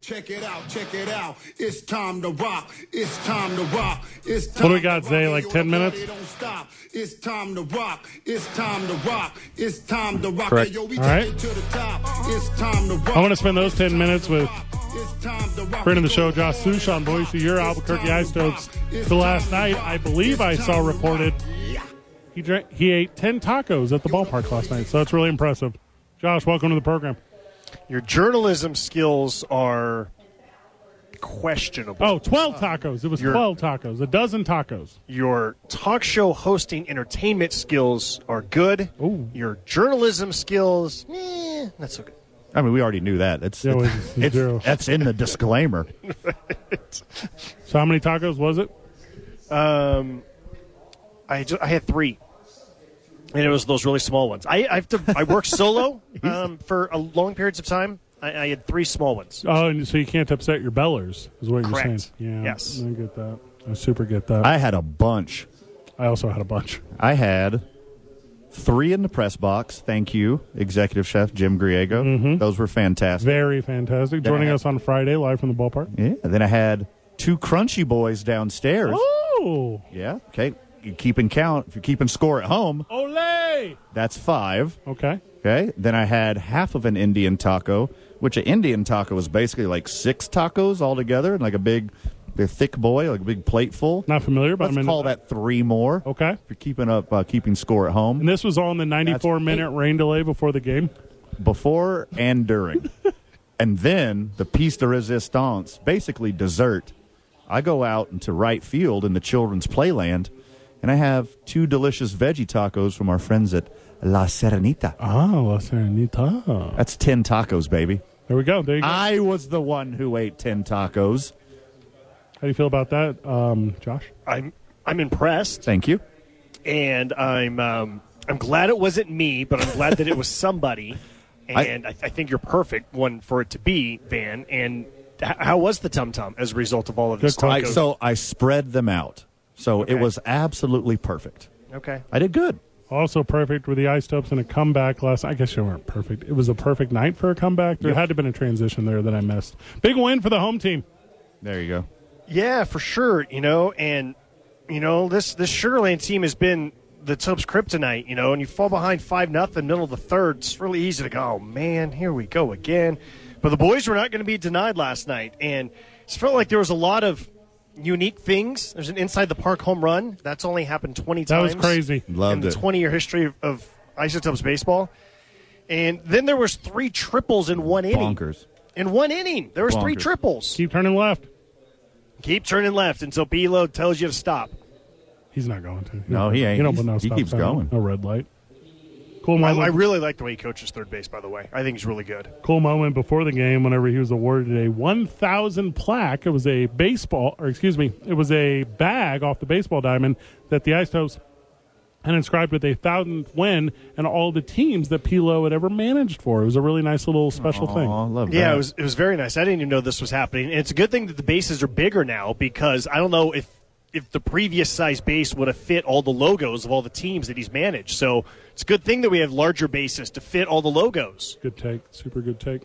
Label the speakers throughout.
Speaker 1: Check it out, check it out. It's time to rock. It's time to rock. It's time
Speaker 2: What do we got,
Speaker 1: to
Speaker 2: Zay,
Speaker 1: rock.
Speaker 2: like
Speaker 1: Yo,
Speaker 2: 10
Speaker 1: the
Speaker 2: minutes?
Speaker 1: party don't stop. It's time to rock. It's time to rock. It's time to rock.
Speaker 2: Correct.
Speaker 1: Yo, we
Speaker 2: All
Speaker 1: take
Speaker 2: right.
Speaker 1: it to the top. It's time to rock.
Speaker 2: I want to spend those 10 minutes with
Speaker 1: It's time to rock.
Speaker 2: friend of the show, Josh Sushan, Boise, your Albuquerque Ice Dogs. The last night, I believe I saw reported he drank, he ate 10 tacos at the ballpark last night, so that's really impressive. Josh, welcome to the program.
Speaker 3: Your journalism skills are questionable.
Speaker 2: Oh, 12 tacos. It was
Speaker 3: You're-
Speaker 2: 12 tacos, a dozen tacos.
Speaker 3: Your talk show hosting entertainment skills are good.
Speaker 2: Ooh.
Speaker 3: Your journalism skills, eh, not so good.
Speaker 4: I mean, we already knew that. It's,
Speaker 2: Yeah,
Speaker 4: it's-
Speaker 2: it was
Speaker 4: it's-
Speaker 2: zero.
Speaker 4: that's in the disclaimer.
Speaker 2: So how many tacos was it?
Speaker 3: Um, I, ju- I had three, and it was those really small ones. I I, have to, I worked solo um, for a long periods of time. I, I had three small ones.
Speaker 2: Oh, and so you can't upset your bellers, is what you're
Speaker 3: Correct.
Speaker 2: saying. Yeah,
Speaker 3: Yes.
Speaker 2: I get that. I super get that. I,
Speaker 4: I had a bunch.
Speaker 2: also had a bunch.
Speaker 4: I had three in the press box. Thank you, Executive Chef Jim Griego.
Speaker 2: Mm-hmm.
Speaker 4: Those were fantastic.
Speaker 2: Very fantastic.
Speaker 4: I
Speaker 2: Joining
Speaker 4: had-
Speaker 2: us on Friday, live from the ballpark.
Speaker 4: Yeah. And then I had two crunchy boys downstairs.
Speaker 2: Oh,
Speaker 4: Yeah. Okay. You're keeping count. If you're keeping score at home,
Speaker 2: Olay!
Speaker 4: that's five.
Speaker 2: Okay.
Speaker 4: Okay. Then I had half of an Indian taco, which an Indian taco is basically like six tacos all together and like a big, a thick boy, like a big plateful.
Speaker 2: Not familiar, but
Speaker 4: Let's
Speaker 2: I'm in.
Speaker 4: call that three more.
Speaker 2: Okay.
Speaker 4: If you're keeping up, uh, keeping score at home.
Speaker 2: And this was all in the 94 minute rain delay before the game.
Speaker 4: before and during. and then the piece de resistance, basically dessert. I go out into right field in the children's playland, and I have two delicious veggie tacos from our friends at La Serenita.
Speaker 2: Ah, La Serenita.
Speaker 4: That's 10 tacos, baby.
Speaker 2: There we go. There you go.
Speaker 4: I was the one who ate 10 tacos.
Speaker 2: How do you feel about that, um, Josh?
Speaker 3: I'm I'm impressed.
Speaker 4: Thank you.
Speaker 3: and I'm um, I'm glad it wasn't me, but I'm glad that it was somebody. And I, I, think you're perfect one for it to be Van. And h- how was the tum tum as a result of all of this?
Speaker 2: Good
Speaker 4: I,
Speaker 3: tacos?
Speaker 4: so I spread them out. So it
Speaker 3: Okay.
Speaker 4: was absolutely perfect.
Speaker 3: okay,
Speaker 4: I did good.
Speaker 2: Also perfect with the ice tubs and a comeback last. I guess you weren't perfect. It was a perfect night for a comeback. There had to have been a transition there that I missed. Big win for the home team.
Speaker 4: There you go.
Speaker 3: yeah, for sure. You know, and you know this this Sugarland team has been the Topes kryptonite. You know, and you fall behind five nothing middle of the third. It's really easy to go, oh man, here we go again. But the boys were not going to be denied last night, and it felt like there was a lot of unique things. There's an inside the park home run that's only happened 20
Speaker 2: That
Speaker 3: times.
Speaker 2: was crazy.
Speaker 4: Loved
Speaker 3: in
Speaker 4: it.
Speaker 3: the 20 year history of, of Isotopes baseball. And then there was three triples in one inning.
Speaker 4: Bonkers.
Speaker 3: In one inning, there was three
Speaker 4: Bonkers.
Speaker 3: triples. Keep,
Speaker 2: Keep turning left.
Speaker 3: turning left until Belo tells you to stop.
Speaker 2: He's not going to.
Speaker 4: No, he ain't.
Speaker 2: You don't
Speaker 4: He's-
Speaker 2: put no
Speaker 4: he
Speaker 2: stop
Speaker 4: keeps
Speaker 2: sign.
Speaker 4: going.
Speaker 2: No red light. Cool
Speaker 3: I,
Speaker 2: moment.
Speaker 3: I really like the way he coaches third base. By the way, I think he's really good.
Speaker 2: cool moment before the game whenever he was awarded a 1000 plaque it was a baseball or excuse me it was a bag off the baseball diamond that the ice Topes had inscribed with a thousandth win and all the teams that Pilo had ever managed for. It was a really nice little special
Speaker 4: Aw, I
Speaker 2: thing.
Speaker 4: love
Speaker 3: Yeah,
Speaker 4: that.
Speaker 3: it was it was very nice. I didn't even know this was happening. And it's a good thing that the bases are bigger now because I don't know if if the previous size base would have fit all the logos of all the teams that he's managed. So it's a good thing that we have larger bases to fit all the logos.
Speaker 2: Good take, super good take.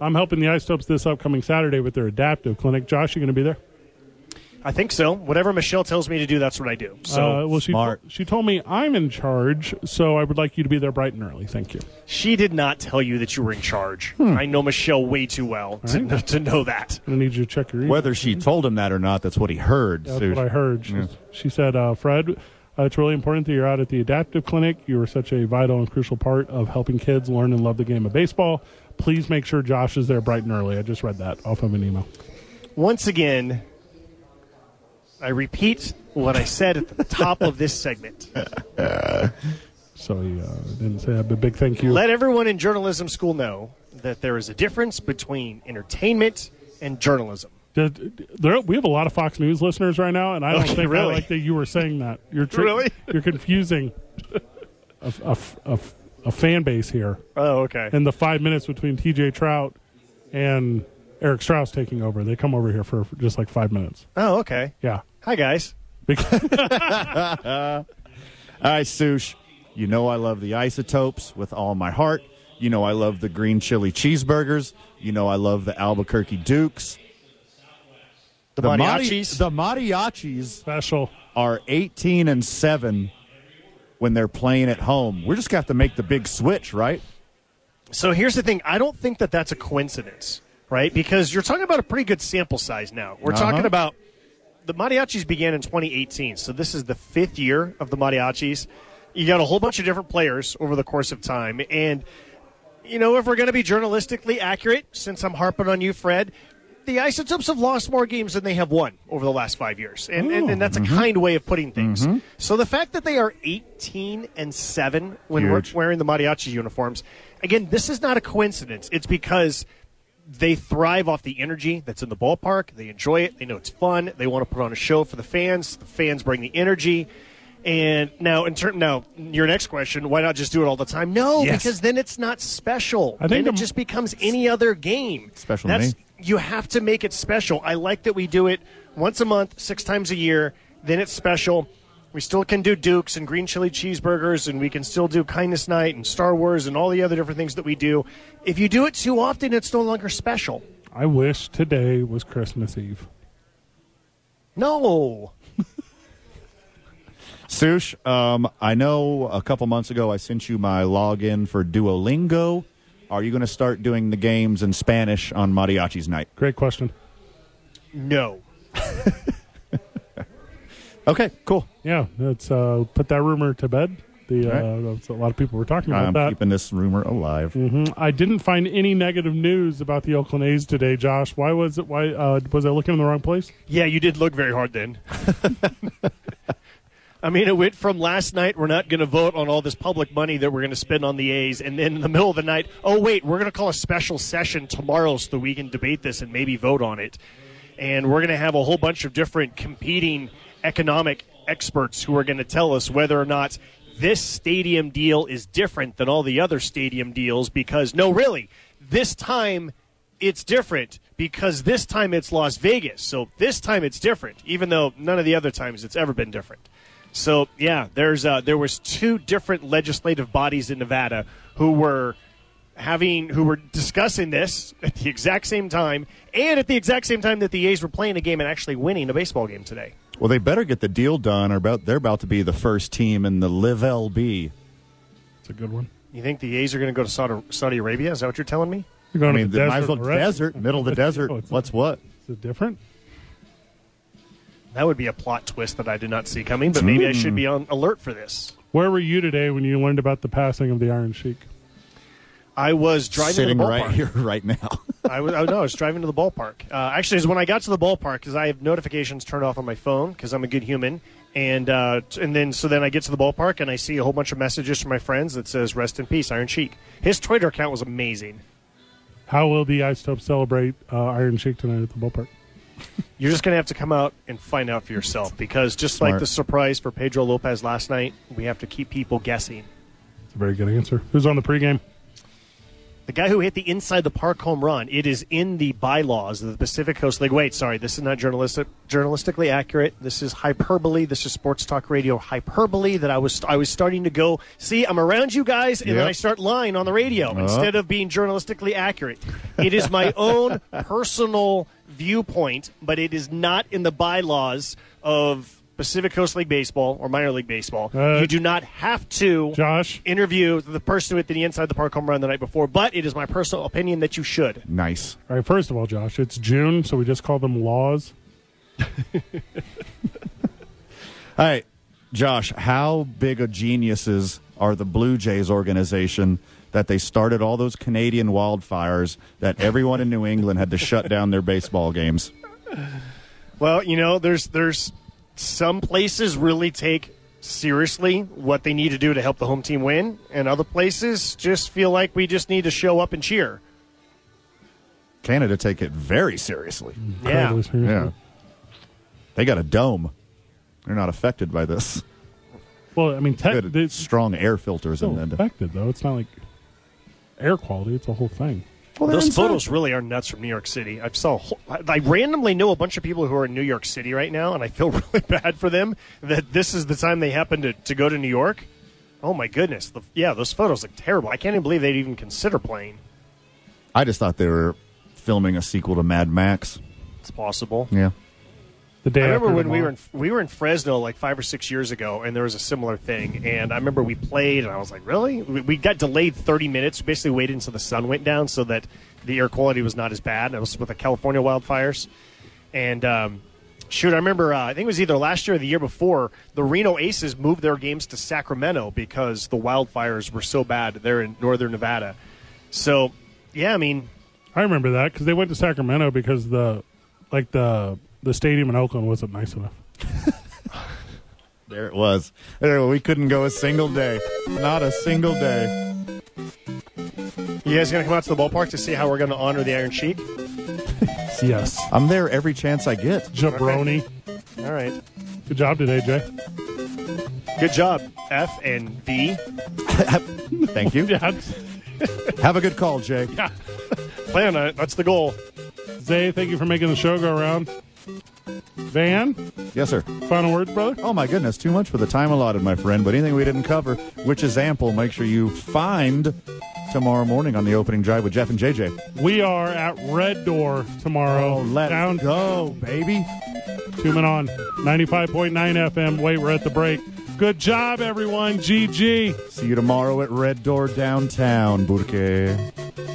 Speaker 2: I'm helping the Ice Topes this upcoming Saturday with their adaptive clinic. Josh, you going to be there?
Speaker 3: I think so. Whatever Michelle tells me to do, that's what I do. So
Speaker 2: uh, well, she
Speaker 4: smart.
Speaker 2: she told me I'm in charge, so I would like you to be there bright and early. Thank you.
Speaker 3: she did not tell you that you were in charge. I know Michelle way too well to, know, to know that.
Speaker 2: I need you to check your email.
Speaker 4: Whether she told him that or not, that's what he heard.
Speaker 2: That's
Speaker 4: Susan.
Speaker 2: what I heard. She, she said, uh, Fred, uh, it's really important that you're out at the adaptive clinic. You are such a vital and crucial part of helping kids learn and love the game of baseball. Please make sure Josh is there bright and early. I just read that off of an email.
Speaker 3: Once again, I repeat what I said at the top of this segment.
Speaker 2: So he uh, didn't say that, but big thank you.
Speaker 3: Let everyone in journalism school know that there is a difference between entertainment and journalism.
Speaker 2: Did- there, we have a lot of Fox News listeners right now, and I don't
Speaker 3: Okay,
Speaker 2: think I
Speaker 3: Oh, really?
Speaker 2: like that you were saying that. You're tr-
Speaker 3: Really?
Speaker 2: You're confusing. a, a f- a f- a fan base here
Speaker 3: Oh, okay.
Speaker 2: in the five minutes between TJ Trout and Eric Strauss taking over. They come over here for, for just like five minutes.
Speaker 3: Oh, okay.
Speaker 2: Yeah.
Speaker 3: Hi, guys.
Speaker 2: Because-
Speaker 4: All right, Sush. You know I love the isotopes with all my heart. You know I love the green chili cheeseburgers. You know I love the Albuquerque Dukes.
Speaker 3: The,
Speaker 4: The Mari-
Speaker 3: mariachis.
Speaker 4: the mariachis
Speaker 2: special.
Speaker 4: are 18 and 7 when they're playing at home. We're just going to have to make the big switch, right?
Speaker 3: So here's the thing. I don't think that that's a coincidence, right? Because you're talking about a pretty good sample size now. We're
Speaker 4: Uh-huh.
Speaker 3: talking about the mariachis began in 2018, so this is the fifth year of the mariachis. You got a whole bunch of different players over the course of time, and you know if we're going to be journalistically accurate, since I'm harping on you, Fred. The Isotopes have lost more games than they have won over the last five years, and and, and that's a kind way of putting things.
Speaker 4: Mm-hmm.
Speaker 3: So the fact that they are 18 and seven when we're
Speaker 4: Huge.
Speaker 3: wearing the mariachi uniforms, again, this is not a coincidence. It's because they thrive off the energy that's in the ballpark. They enjoy it. They know it's fun. They want to put on a show for the fans. The fans bring the energy. And now, in term, now your next question: Why not just do it all the time? No,
Speaker 4: Yes.
Speaker 3: because then it's not special.
Speaker 2: I think
Speaker 3: then it
Speaker 2: the-
Speaker 3: just becomes any other game.
Speaker 4: Special to
Speaker 3: That's
Speaker 4: me.
Speaker 3: you have to make it special. I like that we do it once a month, six times a year. Then it's special. We still can do Dukes and green chili cheeseburgers, and we can still do Kindness Night and Star Wars and all the other different things that we do. If you do it too often, it's no longer special.
Speaker 2: I wish today was Christmas Eve.
Speaker 3: No.
Speaker 4: Sush, um, I know a couple months ago I sent you my login for Duolingo. Are you going to start doing the games in Spanish on Mariachi's night?
Speaker 2: Great question.
Speaker 3: No.
Speaker 4: Okay, cool.
Speaker 2: Yeah, let's uh, put that rumor to bed. The
Speaker 4: All
Speaker 2: uh, that's- a lot of people were talking about
Speaker 4: I'm
Speaker 2: that.
Speaker 4: keeping this rumor alive.
Speaker 2: Mhm. I didn't find any negative news about the Oakland A's today, Josh. Why was it? Why uh, was I looking in the wrong place?
Speaker 3: Yeah, you did look very hard then. I mean, it went from last night, we're not going to vote on all this public money that we're going to spend on the A's, and then in the middle of the night, oh, wait, we're going to call a special session tomorrow so that we can debate this and maybe vote on it. And we're going to have a whole bunch of different competing economic experts who are going to tell us whether or not this stadium deal is different than all the other stadium deals because, no, really, this time it's different because this time it's Las Vegas. So this time it's different, even though none of the other times it's ever been different. So yeah, there's uh, there was two different legislative bodies in Nevada who were having who were discussing this at the exact same time and at the exact same time that the A's were playing a game and actually winning a baseball game today.
Speaker 4: Well, they better get the deal done, or about they're about to be the first team in the Live LB.
Speaker 2: It's a good one.
Speaker 3: You think the A's are going to go to Saudi, Saudi Arabia? Is that what you're telling me?
Speaker 2: You're going
Speaker 4: I mean,
Speaker 2: to the
Speaker 4: they
Speaker 2: desert.
Speaker 4: might as well
Speaker 2: already.
Speaker 4: desert, middle of the desert.
Speaker 2: Oh, it's-
Speaker 4: What's what?
Speaker 2: Is it different?
Speaker 3: That would be a plot twist that I did not see coming, but maybe I should be on alert for this.
Speaker 2: Where were you today when you learned about the passing of the Iron Sheik?
Speaker 3: I was driving to
Speaker 4: Sitting
Speaker 3: the
Speaker 4: right
Speaker 3: ballpark.
Speaker 4: here, right now.
Speaker 3: I was, oh, no, I was driving to the ballpark. Uh, actually, it was when I got to the ballpark because I have notifications turned off on my phone because I'm a good human. And uh, t- and then so then I get to the ballpark and I see a whole bunch of messages from my friends that says "Rest in peace, Iron Cheek." His Twitter account was amazing.
Speaker 2: How will the Isotopes celebrate uh, Iron Sheik tonight at the ballpark?
Speaker 3: You're just gonna have to come out and find out for yourself because just like
Speaker 4: Smart.
Speaker 3: the surprise for Pedro Lopez last night, we have to keep people guessing.
Speaker 2: It's a very good answer. Who's on the pregame?
Speaker 3: The guy who hit the inside the park home run, it is in the bylaws of the Pacific Coast League. Wait, sorry, this is not journalistic, journalistically accurate. This is hyperbole. This is sports talk radio hyperbole that I was I was starting to go, see, I'm around you guys, and then
Speaker 4: Yep.
Speaker 3: I start lying on the radio instead of being journalistically accurate. It is my own personal viewpoint, but it is not in the bylaws of Pacific Coast League Baseball or minor league baseball.
Speaker 2: Uh,
Speaker 3: you do not have to
Speaker 2: Josh.
Speaker 3: interview the person with the inside the park home run the night before, but it is my personal opinion that you should.
Speaker 4: nice.
Speaker 2: All right. First of all, Josh, it's June, so we just call them laws.
Speaker 4: All right, Josh, how big of geniuses are the Blue Jays organization that they started all those Canadian wildfires that everyone in New England had to shut down their baseball games?
Speaker 3: Well, you know, there's there's some places really take seriously what they need to do to help the home team win, and other places just feel like we just need to show up and cheer.
Speaker 4: Canada take it very seriously.
Speaker 3: Yeah.
Speaker 2: Incredibly seriously.
Speaker 4: They got a dome. They're not affected by this.
Speaker 2: Well, I mean, tech,
Speaker 4: Good,
Speaker 2: it's
Speaker 4: strong air filters
Speaker 2: still
Speaker 4: and then.
Speaker 2: affected though. It's not like air quality; it's a whole thing.
Speaker 4: Well, they're
Speaker 3: Those
Speaker 4: inside.
Speaker 3: photos really are nuts from New York City. I saw. a whole- I I randomly know a bunch of people who are in New York City right now, and I feel really bad for them that this is the time they happen to, to go to New York. Oh my goodness! The, yeah, those photos look terrible. I can't even believe they'd even consider playing.
Speaker 4: I just thought they were filming a sequel to Mad Max.
Speaker 3: It's possible.
Speaker 4: Yeah.
Speaker 2: The day
Speaker 3: I remember
Speaker 2: after
Speaker 3: when we
Speaker 2: tomorrow.
Speaker 3: were in we were in Fresno like five or six years ago, and there was a similar thing. And I remember we played, and I was like, "Really?" We, we got delayed thirty minutes. We basically waited until the sun went down so that the air quality was not as bad. It was with the California wildfires, and um, shoot, I remember uh, I think it was either last year or the year before. The Reno Aces moved their games to Sacramento because the wildfires were so bad there in northern Nevada. So, yeah, I mean,
Speaker 2: I remember that because they went to Sacramento because the like the the stadium in Oakland wasn't nice enough.
Speaker 4: There it was. There, we couldn't go a single day. Not a single day.
Speaker 3: you guys gonna come out to the ballpark to see how we're gonna honor the Iron Sheik?
Speaker 2: Yes,
Speaker 4: I'm there every chance I get.
Speaker 2: jabroni.
Speaker 3: All right.
Speaker 2: Good job today, Jay.
Speaker 3: Good job, F and V.
Speaker 4: Thank you.
Speaker 2: Yeah,
Speaker 4: Have a good call, Jake.
Speaker 3: Plan on it. That's the goal.
Speaker 2: Zay, thank you for making the show go around. Van,
Speaker 4: Yes, sir.
Speaker 2: final words, brother.
Speaker 4: Oh my goodness, too much for the time allotted, my friend. But anything we didn't cover, which is ample, make sure you find tomorrow morning on the opening drive with Jeff and JJ.
Speaker 2: We are at Red Door tomorrow.
Speaker 4: Oh, let
Speaker 2: Down
Speaker 4: it go, baby.
Speaker 2: Tuning on 95.9 FM. Wait, we're at the break. Good job, everyone. GG.
Speaker 4: See you tomorrow at Red Door downtown, Burke.